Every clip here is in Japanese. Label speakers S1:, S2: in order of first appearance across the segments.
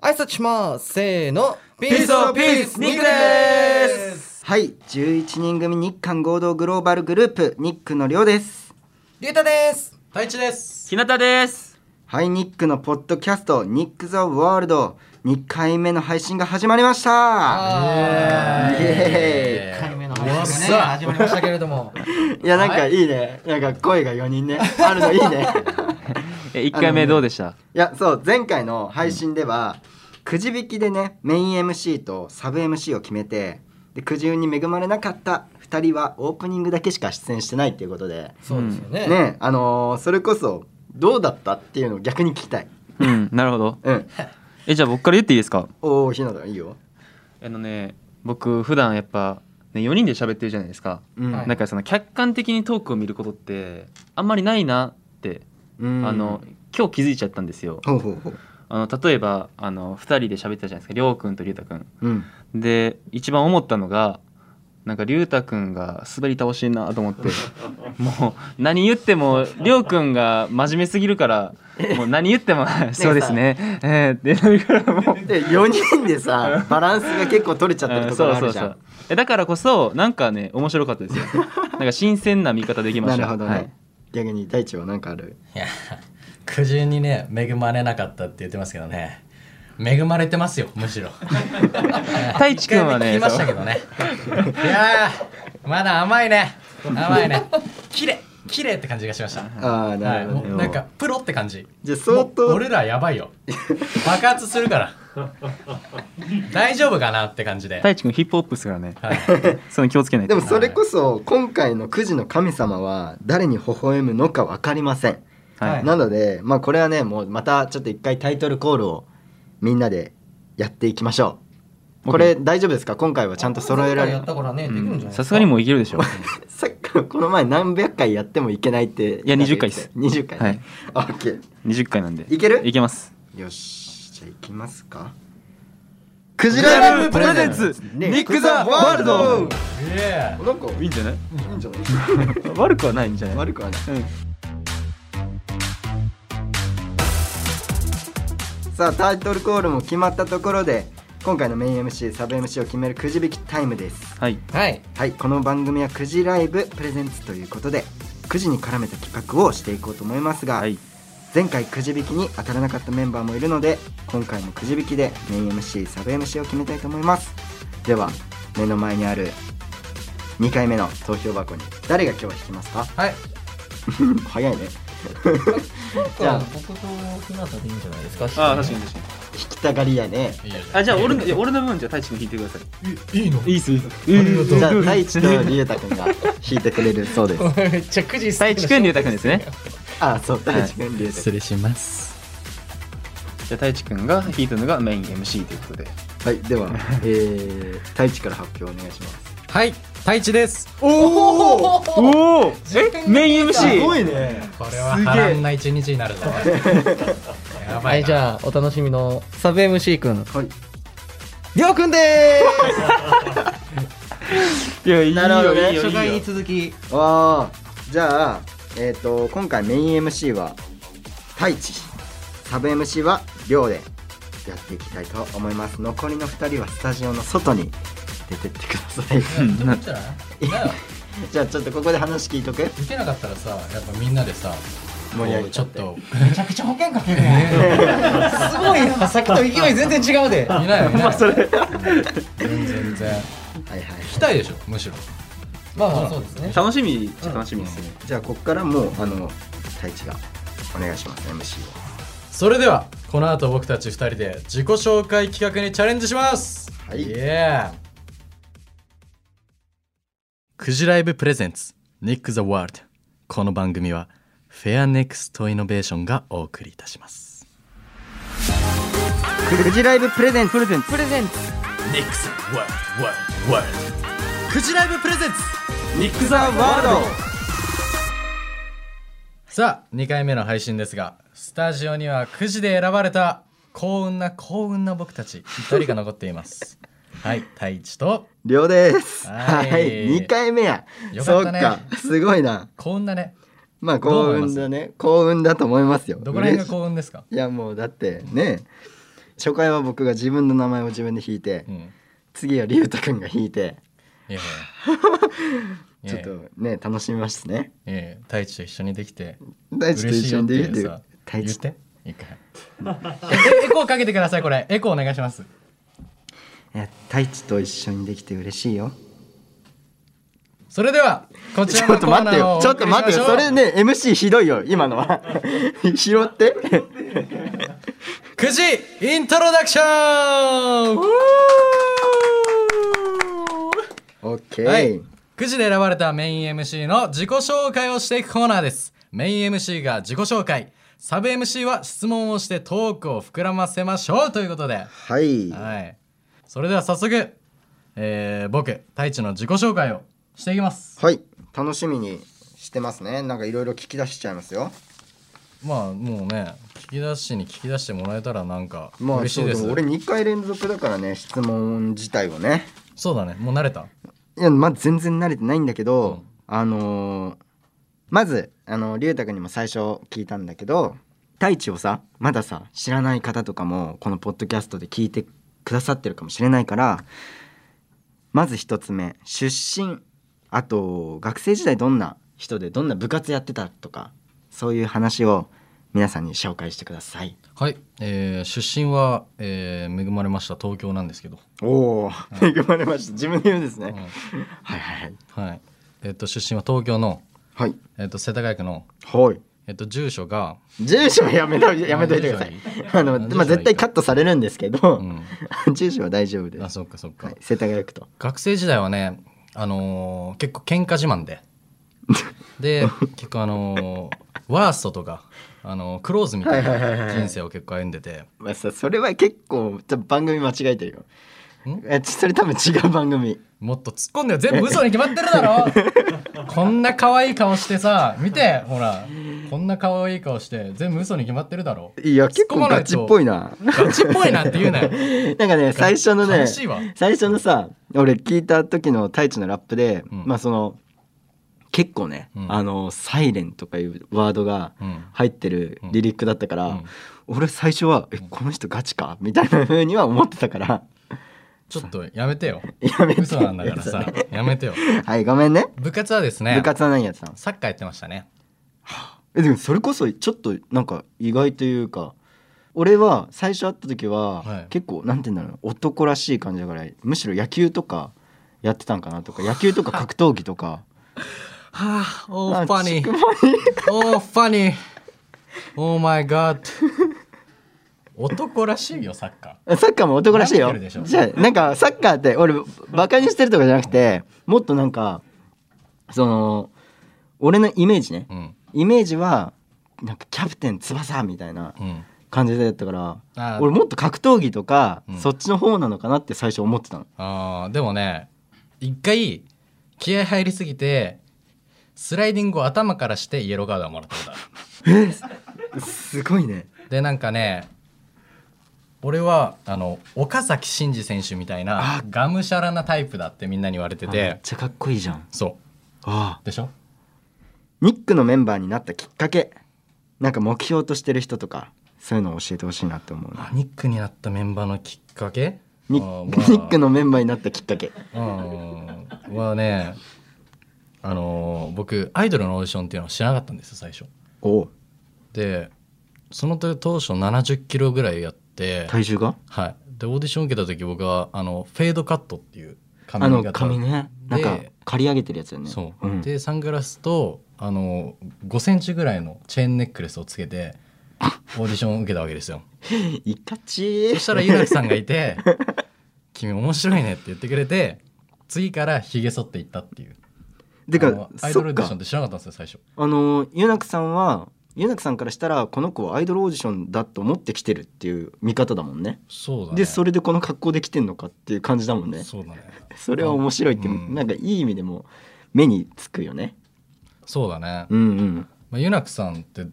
S1: 挨拶しますせーのピ
S2: ースオブピースニックです
S3: はい11人組日韓合同グローバルグループニックのりょうです
S1: りゅうたです
S2: 太一です
S4: 日向です
S3: はいニックのポッドキャストニック・ザ・ワールド2回目の配信が始まりましたイエー
S1: 1
S3: イ
S1: 回目の配信がね始まりましたけれども
S3: いやなんかいいねなんか声が4人ねあるのいいね
S4: え一回目どうでした
S3: いやそう前回の配信では、くじ引きでねメイン MC とサブ MC を決めてでくじ運に恵まれなかった2人はオープニングだけしか出演してないっていうことで
S1: そうですよね
S3: ねあのーそれこそどうだったっていうのを逆に聞きたい
S4: うんなるほど
S3: うん
S4: えじゃあ僕から言っていいですか
S3: おおひなたいいよ
S4: あのね僕普段やっぱね4人で喋ってるじゃないですか
S3: うん、
S1: はい
S4: なんかその客観的にトークを見ることってあんまりないなって
S3: うん
S4: あの今日気づいちゃったんですよ
S3: ほうほうほう
S4: あの例えばあの2人で喋ってたじゃないですかりょうくんとりゅうたくん
S3: うん
S4: で一番思ったのがなんかりゅうたくんが滑り倒しいなと思って もう何言ってもりょうくんが真面目すぎるからもう何言 ってもそうですねえーってなるからもう。
S3: で4人で さバランスが結構取れちゃってるところあるじゃん
S4: うんそうそうそうえだからこそなんかね面白かったです よなんか新鮮な見方できま
S3: な
S4: した
S3: るほどね、
S4: はい
S3: 逆に大地は何かある
S2: いや苦渋にね恵まれなかったって言ってますけどね恵まれてますよむ しろ
S4: 太一君はね
S2: 一回目聞きましたけどねいやーまだ甘いね甘いね綺麗綺麗って感じがしました
S3: ああな
S2: はい、
S3: るほど
S2: も
S3: ね、
S2: うなんかプロって感じ
S3: じゃあ相当
S2: もう俺らやばいよ爆発する から大丈夫かなって感じで、
S4: 太一君ヒップホップですからね
S2: はい、
S4: その気をつけない
S3: で
S4: と
S3: もそれこそ今回のくじの神様は誰に微笑むのか分かりません、
S4: はい
S3: なのでまあこれはねもうまたちょっと一回タイトルコールをみんなでやっていきましょうこれ大丈夫ですか今回はちゃんと揃えられ
S1: やったからねできるんじゃないですか
S4: さすがにもういけるで しょ
S3: さっきからこの前何百回やってもいけないってい
S4: や20回です
S3: 20回、ねはい、オッケー
S4: 20回なんで
S3: いける
S4: いけます
S3: よしじゃあ行きますかクジラブプレゼンツニック・ザ・ワールド
S2: イエ
S3: なんか
S4: いいんじゃない
S3: いいんじゃない
S4: 悪くはないんじゃない
S3: 悪くはない、 さあタイトルコールも決まったところで今回のメイン MC サブ MC を決めるくじ引きタイムです
S4: はい
S1: はい
S3: はいこの番組はくじライブプレゼンツということでくじに絡めた企画をしていこうと思いますが、
S4: はい
S3: 前回くじ引きに当たらなかったメンバーもいるので今回もくじ引きでメイン MC サブ MC を決めたいと思いますでは目の前にある2回目の投票箱に誰が今日は引きますか
S1: はい
S3: 早いね
S1: じゃあ
S3: じゃあ
S1: 僕と日向でいいんじゃないですか
S4: ああ確かに確かに
S3: 引きたがりやね
S2: ーいいよ
S4: あじゃあ俺のいや俺の分じゃあ太一君引いてください
S2: いいいの
S4: いいっすいいっす
S2: ありがとう
S3: じゃあ大地とりえたくんが引いてくれるそ うです
S1: めっちゃくじ
S4: 太一君りゅうたくんですね
S3: あそう大地くんりゅうたく
S2: 失礼します
S4: じゃあ太一君が引いたのがメイン MC ということで
S3: んはいでは、えー、大地から発表お願いします
S2: はい太一です
S3: おお
S4: おお
S1: え
S4: え
S1: メ
S4: メ
S1: イ
S4: イ
S1: ン
S4: ン
S1: MC
S3: す
S4: MC
S3: ごいね
S2: これは
S3: すげえ
S2: 波乱な一日になるぞやば
S1: はいい
S2: な
S1: じゃあお楽しみのサブ MC くん
S3: はい
S1: りょうくんでー す
S4: いやいいよ
S3: なるほどね
S4: いいよ
S1: 初回
S4: いい
S1: に
S4: よ
S1: 続き
S3: わあじゃあえっ、と今回メイン MC は太一サブ MC は亮でやっていきたいと思います残りの2人はスタジオの外に出てってください
S2: どうやったらなあ
S3: じゃあちょっとここで話聞いとく
S2: 受けなかったらさやっぱみんなでさ
S3: 盛り上げ
S2: ちょっと
S1: めちゃくちゃ保険かけるね すごいなさっきと勢い全然違うで
S2: いないよ ね、まあ、それ全然全然
S3: はいはい
S2: 来たいでしょむしろ
S1: まあまあそうですね
S4: 楽しみっちゃ楽しみですね
S3: じゃあここからもうあの太一がお願いします MC を
S2: それではこの後僕たち2人で自己紹介企画にチャレンジします
S3: はい
S2: イエークジライブプレゼンツニック・ザ・ワールドこの番組はフェアネクストイノベーションがお送りいたします
S3: くじライブプレゼンツプレゼン
S1: プレゼント
S2: ニック・ザ・ワールドワールドワールドクジライブプレゼンツ
S3: ニック・ザ・ワール
S2: さあ2回目の配信ですがスタジオにはくじで選ばれた幸運な幸運な僕たち2人が残っています はい太一と
S3: ド亮ですは、
S2: はいい
S3: 2回目や
S2: よかったね
S3: そうかすごいな
S2: 幸運だね
S3: まあ幸運だね幸運だと思いますよ
S2: どこら辺が
S3: 嬉し
S2: 幸運ですか
S3: いやもうだってね初回は僕が自分の名前を自分で弾いて
S2: うん、い
S3: 次は龍太くんが弾いて
S2: やいやい
S3: ち
S2: やい
S3: ょっ
S2: や
S3: とね楽しみますね
S2: いやいや太一と一緒にできて
S3: 大地と
S2: 嬉し
S3: 一
S2: いよ
S3: 緒
S2: っ
S3: に
S2: て
S3: できて
S2: いう
S3: る
S2: さ
S3: 大
S2: 言っ
S3: 地
S2: て一回 えエコーかけてくださいこれエコーお願いします
S3: いや大地と一緒にできて嬉しいよ
S2: それではこち
S3: ち
S2: ら
S3: ょ
S2: の
S3: っと
S2: コー
S3: 待っ
S2: ナ
S3: て
S2: ーを
S3: よ
S2: お
S3: ちょ
S2: 送
S3: っと
S2: りしま
S3: 待って
S2: しょ
S3: よ
S2: う
S3: それね MC ひどいよ今 のは拾って
S2: 9時イントロダクション
S3: オッケー、
S2: はい、9時で選ばれたメイン MC の自己紹介をしていくコーナーですメイン MC が自己紹介サブ MC は質問をしてトークを膨らませましょうということで
S3: はい
S2: はいそれでは早速、えー、僕太一の自己紹介をしていきます
S3: はい楽しみにしてますねなんかいろいろ聞き出しちゃいますよ
S2: まあもうね聞き出しに聞き出してもらえたらなんか
S3: まあ
S2: 嬉しいです、
S3: そ
S2: そう
S3: うも俺2回連続だからね質問自体をね
S2: だねもう慣れた
S3: いやまあ全然慣れてないんだけど、
S2: うん
S3: あのーまずあの龍太君にも最初聞いたんだけど太一をさまださ知らない方とかもこのポッドキャストで聞いてくださってるかもしれないからまず一つ目出身あと学生時代どんな人でどんな部活やってたとかそういう話を皆さんに紹介してください。
S2: はい、えー、出身は、えー、恵まれました東京なんですけど、
S3: おお、 恵まれました。自分で言うんですね。
S2: うん
S3: はいはいはい。
S2: はいえっと出身は東京の、
S3: はい。
S2: えっと世田谷区の、
S3: はい。
S2: えっと住所が、
S3: 住所はやめとやめといてください
S2: 住。所
S3: あの、
S2: 住所
S3: まあ、絶対カットされるんですけど、
S2: う
S3: 住所は大丈夫で
S2: ん、あ
S3: す。
S2: そっかそっか、
S3: はい、世田谷区と。
S2: 学生時代はね、あのー結構喧嘩自慢 でで結構あのーワーストとか、あのークローズみたい
S3: はいはいはい
S2: な
S3: はい
S2: 人生を結構歩んでて
S3: まあ、さ、それは結構、ちょ番組間違えてるよ
S2: ん。
S3: え、ちそれ多分違う番組。
S2: もっと突っ込んでよ全部嘘に決まってるだ ろこんな可愛い顔してさ見てほらこんな可愛い顔して全部嘘に決まってるだろ
S3: いや、結
S2: 突っ込
S3: 構
S2: まない
S3: ガ
S2: と
S3: チっぽいな。
S2: ガチっぽいなって言うなよ
S3: なんかね、 最初のね
S2: 悲、しいわ
S3: 最初のさ、俺聞いた時の太一のラップで、
S2: うん
S3: まあ、その。結構ね、
S2: うん
S3: あの、サイレンとかいうワードが。
S2: うん
S3: 入ってるリリックだったから、
S2: うん
S3: 俺最初は「えこの人ガチか?」みたいな風には思ってたから
S2: ちょっとやめてよ
S3: やめて
S2: 嘘なんだからさやめてよ
S3: はいごめんね
S2: 部活はですね
S3: 部活は何やってたの
S2: サッカーやってましたね
S3: えでもそれこそちょっとなんか意外というか俺は最初会った時は、
S2: はい
S3: 結構なんて言うんだろう男らしい感じだからむしろ野球とかやってたんかなとか野球とか格闘技と か
S2: はあおー
S3: あ
S2: ファ
S3: ち
S2: ニ
S3: く
S2: ー
S3: ま
S2: おーファニーおーマイガッド男らしいよサッカ
S3: サッカーも男らしい
S2: なっ
S3: よ
S2: てるでしょ
S3: じゃあなんかサッカーって俺バカにしてるとかじゃなくてもっとなんかその俺のイメージね
S2: ーうん
S3: イメージはなんかキャプテン翼みたいな
S2: うん
S3: 感じだったから
S2: あー
S3: 俺もっと格闘技とか、
S2: うん
S3: そっちの方なのかなって最初思ってたの
S2: あーでもね一回気合入りすぎてスライディングを頭からしてイエローカードをもらったことある
S3: すごいね
S2: でなんかね俺はあの岡崎慎司選手みたいな
S3: あ
S2: がむしゃらなタイプだってみんなに言われて
S3: あめってちゃかっこいいじゃん
S2: そ
S3: ああ
S2: うでしょ
S3: ニックのメンバーになったきっかけなんか目標としてる人とかそういうのを教えてほしいなって思うな
S2: あニックになったメンバーのきっかけ
S3: ニ
S2: あー
S3: ッ
S2: まあ
S3: クニックのメンバーになったきっかけ
S2: うんはねあのー僕アイドルのオーディションっていうのを知らなかったんですよ最初
S3: おお
S2: でその時当初70キロぐらいやって、
S3: 体重が
S2: はい、でオーディション受けた時僕はあのフェードカットっていう髪
S3: あ
S2: 型
S3: の髪ねなんか刈り上げてるやつよね
S2: そう、
S3: ん、
S2: でサングラスとあの5センチぐらいのチェーンネックレスをつけ てオーディションを受けたわけですよ
S3: いかち
S2: そしたらゆらきさんがいて「君面白いね」って言ってくれて次からひげ剃っていったっていう
S3: て
S2: あの
S3: か
S2: アイ
S3: そ
S2: ドルオー
S3: っ
S2: ディション
S3: か
S2: って知らなかったんですよ最初
S3: あのゆなくさんはゆなくさんからしたらこの子はアイドルオーディションだと思ってきてるっていう見方だもんね
S2: そうだね
S3: でそれでこの格好で来てんのかっていう感じだもんね
S2: そうだね
S3: それは面白いって、
S2: うん
S3: なんかいい意味でも目につくよね
S2: そうだね、
S3: うんうん
S2: まあ、ユナクさんって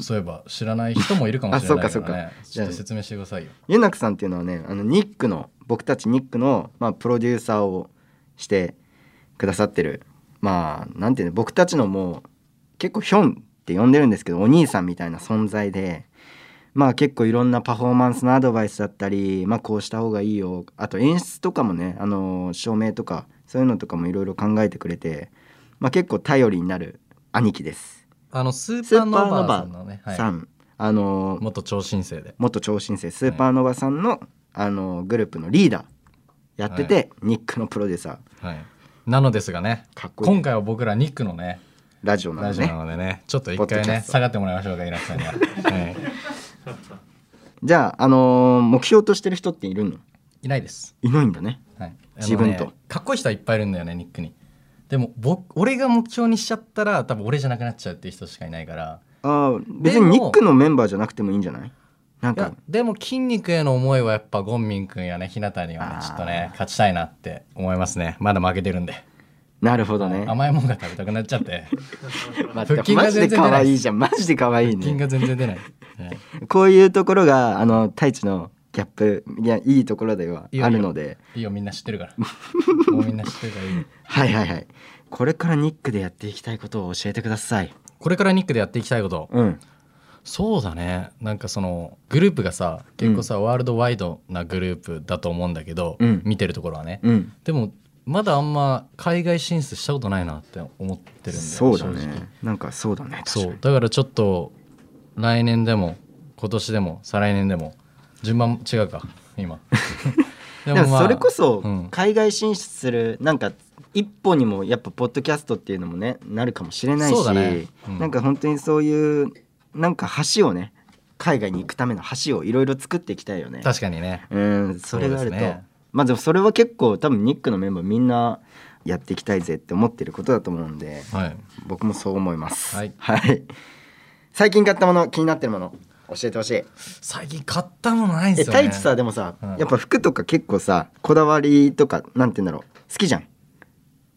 S2: そういえば知らない人もいるかもしれない
S3: あそ
S2: か
S3: うかそう
S2: ら
S3: か
S2: ねちょっと説明してくださいよ
S3: ゆなくさんっていうのはねあのニックの僕たちニックの、まあ、プロデューサーをしてくださってるまあなんていうの僕たちのもう結構ヒョンって呼んでるんですけどお兄さんみたいな存在でまあ結構いろんなパフォーマンスのアドバイスだったり、まあ、こうした方がいいよあと演出とかもねあの照明とかそういうのとかもいろいろ考えてくれて、まあ、結構頼りになる兄貴です。
S2: あのスーパーノーバーさんのね、はい
S3: さんあの
S2: 元超新星で
S3: 元超新星スーパーノヴァさんの,、あのグループのリーダーやってて、
S2: は
S3: ニックのプロデューサー
S2: はいなのですがね
S3: かっこいい
S2: 今回は僕らニックのね
S3: ラジオな
S2: ラ
S3: の
S2: ジオ
S3: ね
S2: なのでねちょっと
S3: ポ
S2: 一
S3: ッド
S2: 回
S3: キャ
S2: ね
S3: スト
S2: 下がってもらいましょうかイラクさんに は、はい、
S3: じゃあ、あのー目標としてる人っているの
S2: いないです、
S3: いないんだね
S2: はいあのね
S3: 自分と
S2: かっこいい人はいっぱいいるんだよねニックにでも僕俺が目標にしちゃったら多分俺じゃなくなっちゃうっていう人しかいないから
S3: ああ別
S2: で
S3: に
S2: も
S3: ニックのメンバーじゃなくてもいいんじゃないなん
S2: いや
S3: か
S2: でも筋肉への思いはやっぱゴンミン君やね日向にはね
S3: あー
S2: ちょっとね勝ちたいなって思いますねまだ負けてるんで
S3: なるほどね
S2: 甘いもんが食べたくなっちゃって
S3: ま
S2: 腹筋が
S3: マジで
S2: 全然出ない
S3: 可愛いじゃんマジで可愛 い
S2: 金
S3: ね
S2: が全然出ない、はい
S3: こういうところがあの太一のギャップいやいいところではい
S2: いよ
S3: あるので
S2: いいよみんな知ってるからもうみんな知ってるからいいよ
S3: はいはいはいこれからニックでやっていきたいことを教えてください
S2: これからニックでやっていきたいこと
S3: うん
S2: そうだねなんかそのグループがさ結構さ、ワールドワイドなグループだと思うんだけど、
S3: うん
S2: 見てるところはね、
S3: うん
S2: でもまだあんま海外進出したことないなって思ってるんだよ
S3: そうだ
S2: 正直
S3: ねなんかそうだね確
S2: そ
S3: か
S2: う
S3: に
S2: だからちょっと来年でも今年でも再来年でも順番違うか 今で
S3: でも
S2: まあ
S3: それこそ
S2: うん
S3: 海外進出するなんか一歩にもやっぱポッドキャストっていうのもねなるかもしれない
S2: そう
S3: し、
S2: だねうん
S3: なんか本当にそういうなんか橋をね海外に行くための橋をいろいろ作っていきたいよね。
S2: 確かにね
S3: うんそれがあると、
S2: そうですね
S3: まあでもそれは結構多分ニックのメンバーみんなやっていきたいぜって思ってることだと思うんで
S2: はい
S3: 僕もそう思います。
S2: はい
S3: 最近買ったもの気になってるもの教えてほしい。
S2: 最近買ったものないん
S3: え
S2: ですよね
S3: 太一さでもさ、
S2: うん
S3: やっぱ服とか結構さこだわりとかなんて言うんだろう好きじゃんフ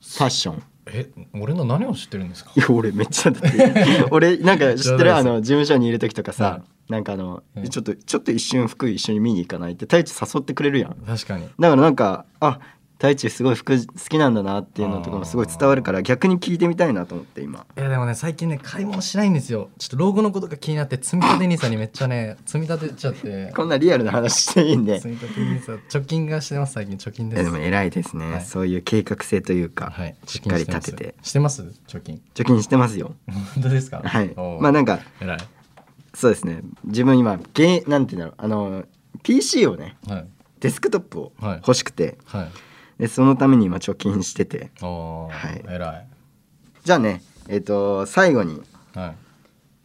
S3: ァッション
S2: え俺の何を知ってるんですか
S3: いや俺めっちゃだって 俺なんか知って
S2: 冗談です
S3: るあの事務所にいる時とかさ、なんかあの、
S2: うん
S3: ちょっとちょっと一瞬服一緒に見に行かないって太一誘ってくれるやん
S2: 確かに
S3: だからなんかあ太一すごい服好きなんだなっていうのとかもすごい伝わるから逆に聞いてみたいなと思って今
S2: いやでもね最近ね買い物しないんですよちょっと老後のことが気になって積み立て n さんにめっちゃね積み立てちゃって
S3: こんなリアルな話していいんで
S2: 積み立て n さん貯金がしてます最近貯金
S3: い
S2: で
S3: や
S2: す
S3: でも偉いですね、
S2: はい
S3: そういう計画性というか、
S2: はい
S3: しっかり
S2: 貯金
S3: 立てて
S2: してますしてます貯金
S3: 貯金してますよ
S2: 本当ですか
S3: はい
S2: おう
S3: まあなんか
S2: 偉い
S3: そうですね自分今ゲーなんて言うんだろうあの PC をね
S2: はい
S3: デスクトップを
S2: はい
S3: 欲しくて、
S2: はい
S3: でそのために今貯金してて
S2: おー、
S3: はい
S2: 偉
S3: じゃあねえっ、と最後に
S2: いは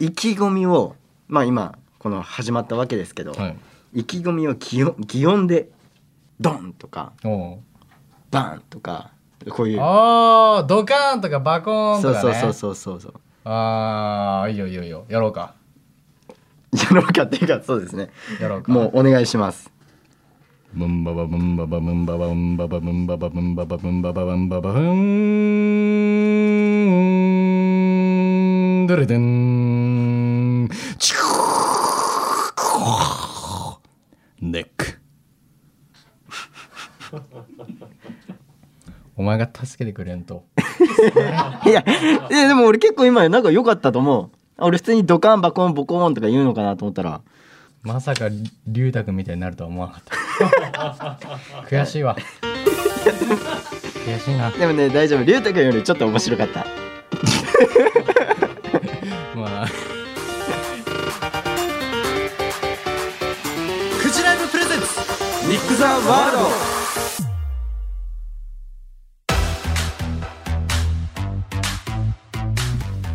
S3: 意気込みをまあ今この始まったわけですけど、
S2: いはい
S3: 意気込みを擬音擬音でドンとか
S2: おー
S3: バンとかこういう
S2: あードカーンとかバコーン
S3: そ
S2: と
S3: う
S2: か、ね、
S3: そうそうそうそうそう
S2: ああいいよいいよいいよやろうか
S3: やろうかっていうかそうですね
S2: やろうか
S3: もうお願いします
S2: ブンババブンババブンババブンババブンババブンババブンババブンババブンドゥルドゥンチューネックお前が助けてくれんと
S3: いやいやでも俺結構今なんか良かったと思う俺普通にドカンバコンボコーンとか言うのかなと思ったら
S2: まさか龍太君みたいになるとは思わなかった悔しいわ悔しいな
S3: でもね大丈夫龍太君よりちょっと面白かった
S2: まあ
S3: ニック・ザ・ワールド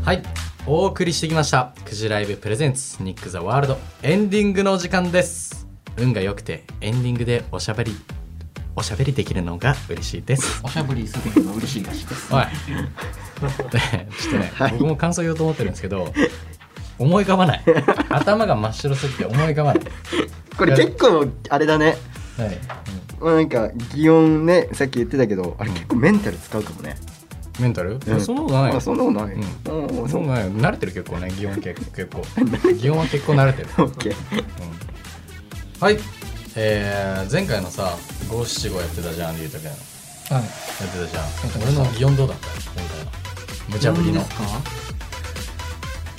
S2: はいお送りしてきました「クジライブプレゼンツニック・ザ・ワールド」エンディングのお時間です運が良くてエンディングでおしゃべりおしゃべりできるのが嬉しいです
S1: おしゃぶりするのが嬉しいらしいです
S2: おい ねちょっとね、僕も感想言おうと思ってるんですけど思い浮かばない頭が真っ白すぎて思い浮かばない、
S3: これ結構あれだね
S2: はい
S3: なんか擬音ねさっき言ってたけどあれ結構メンタル使うかもね、
S2: うんメンタル、いや
S3: うん
S2: そんなことないよ
S3: あそんなことない、
S2: うん
S3: おー
S2: そ
S3: そうう
S2: ね慣れてる結構ね擬音結構結構擬音は結構慣れてる、
S3: オッケ
S2: う
S3: ー
S2: んはいえー、前回のさ五七五やってたじゃんりゅうたくんやって
S1: はい
S2: たじゃん俺の擬音どうだった今回の無茶ぶりの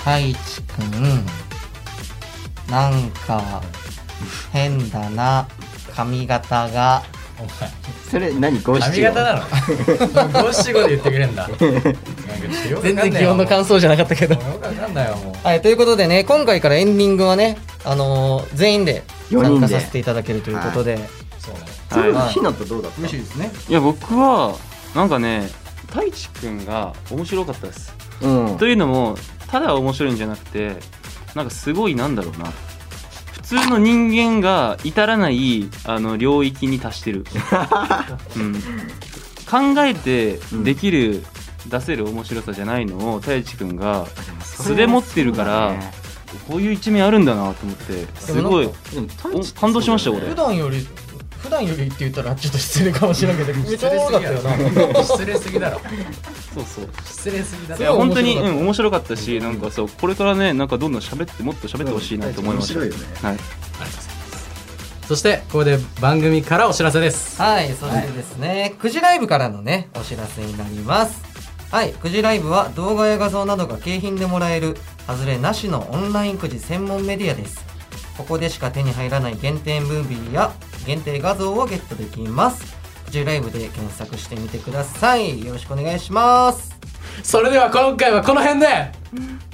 S1: 何ですか太一くんなんか変だな髪型が
S2: お
S3: それ何五
S2: 前
S3: 七
S2: 髪型なの五七五で言ってくれんだなんかちょっとよくわかん
S1: 全
S2: ないわ
S1: 然基本の感想じゃなかったけど
S2: もうよくわかんないわもう
S1: はいということでね今回からエンディングはねあのー全員で
S3: 四人
S1: 参
S3: で
S1: 加させていただけるということで
S2: そうね
S3: それ
S4: は
S3: ひなとどうだっ
S1: いですね
S4: い、いや僕はなんかね太一くんが面白かったです
S3: たうん
S4: というのもただ面白いんじゃなくてなんかすごいなんだろうな普通の人間が至らないあの領域に達し てる、うん、考えてできる、出せる面白さじゃないのを太一くんが素で持ってるから、こういう一面あるんだなと思ってすごい
S3: でも太
S4: お
S3: 一
S4: 感動しましたよ
S3: そうだ
S4: 俺
S1: 普段より普段よりって言ったらちょっと失礼かもしれないけどめっちゃ多かったよな
S2: 失礼すぎだろ
S4: そうそう
S2: 失礼すぎだ
S4: い
S1: い
S4: や
S1: や
S2: ろ
S4: 本当に
S1: 面白かっ
S4: う
S1: た
S4: ん面白かったしなんかそうこれからねなんかどんどん喋ってもっと喋ってほしいなと思いました、
S3: うん面白いよね
S4: はい
S2: そしてここで番組からお知らせです
S1: はい、そしてですね、くじライブからのね、お知らせになります。はい、くじライブは動画や画像などが景品でもらえる、外れなしのオンラインくじ専門メディアです。ここでしか手に入らない限定ムービーや限定画像をゲットできます。くじライブで検索してみてください。よろしくお願いします。
S2: それでは今回はこの辺で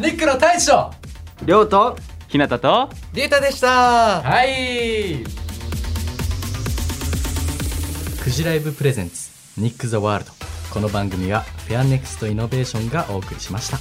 S2: ニックの大将
S3: りょうと
S4: 日向と
S1: リュウタでした。
S2: はいクジライブプレゼンツニック・ザ・ワールドこの番組はフェアネクストイノベーションがお送りしました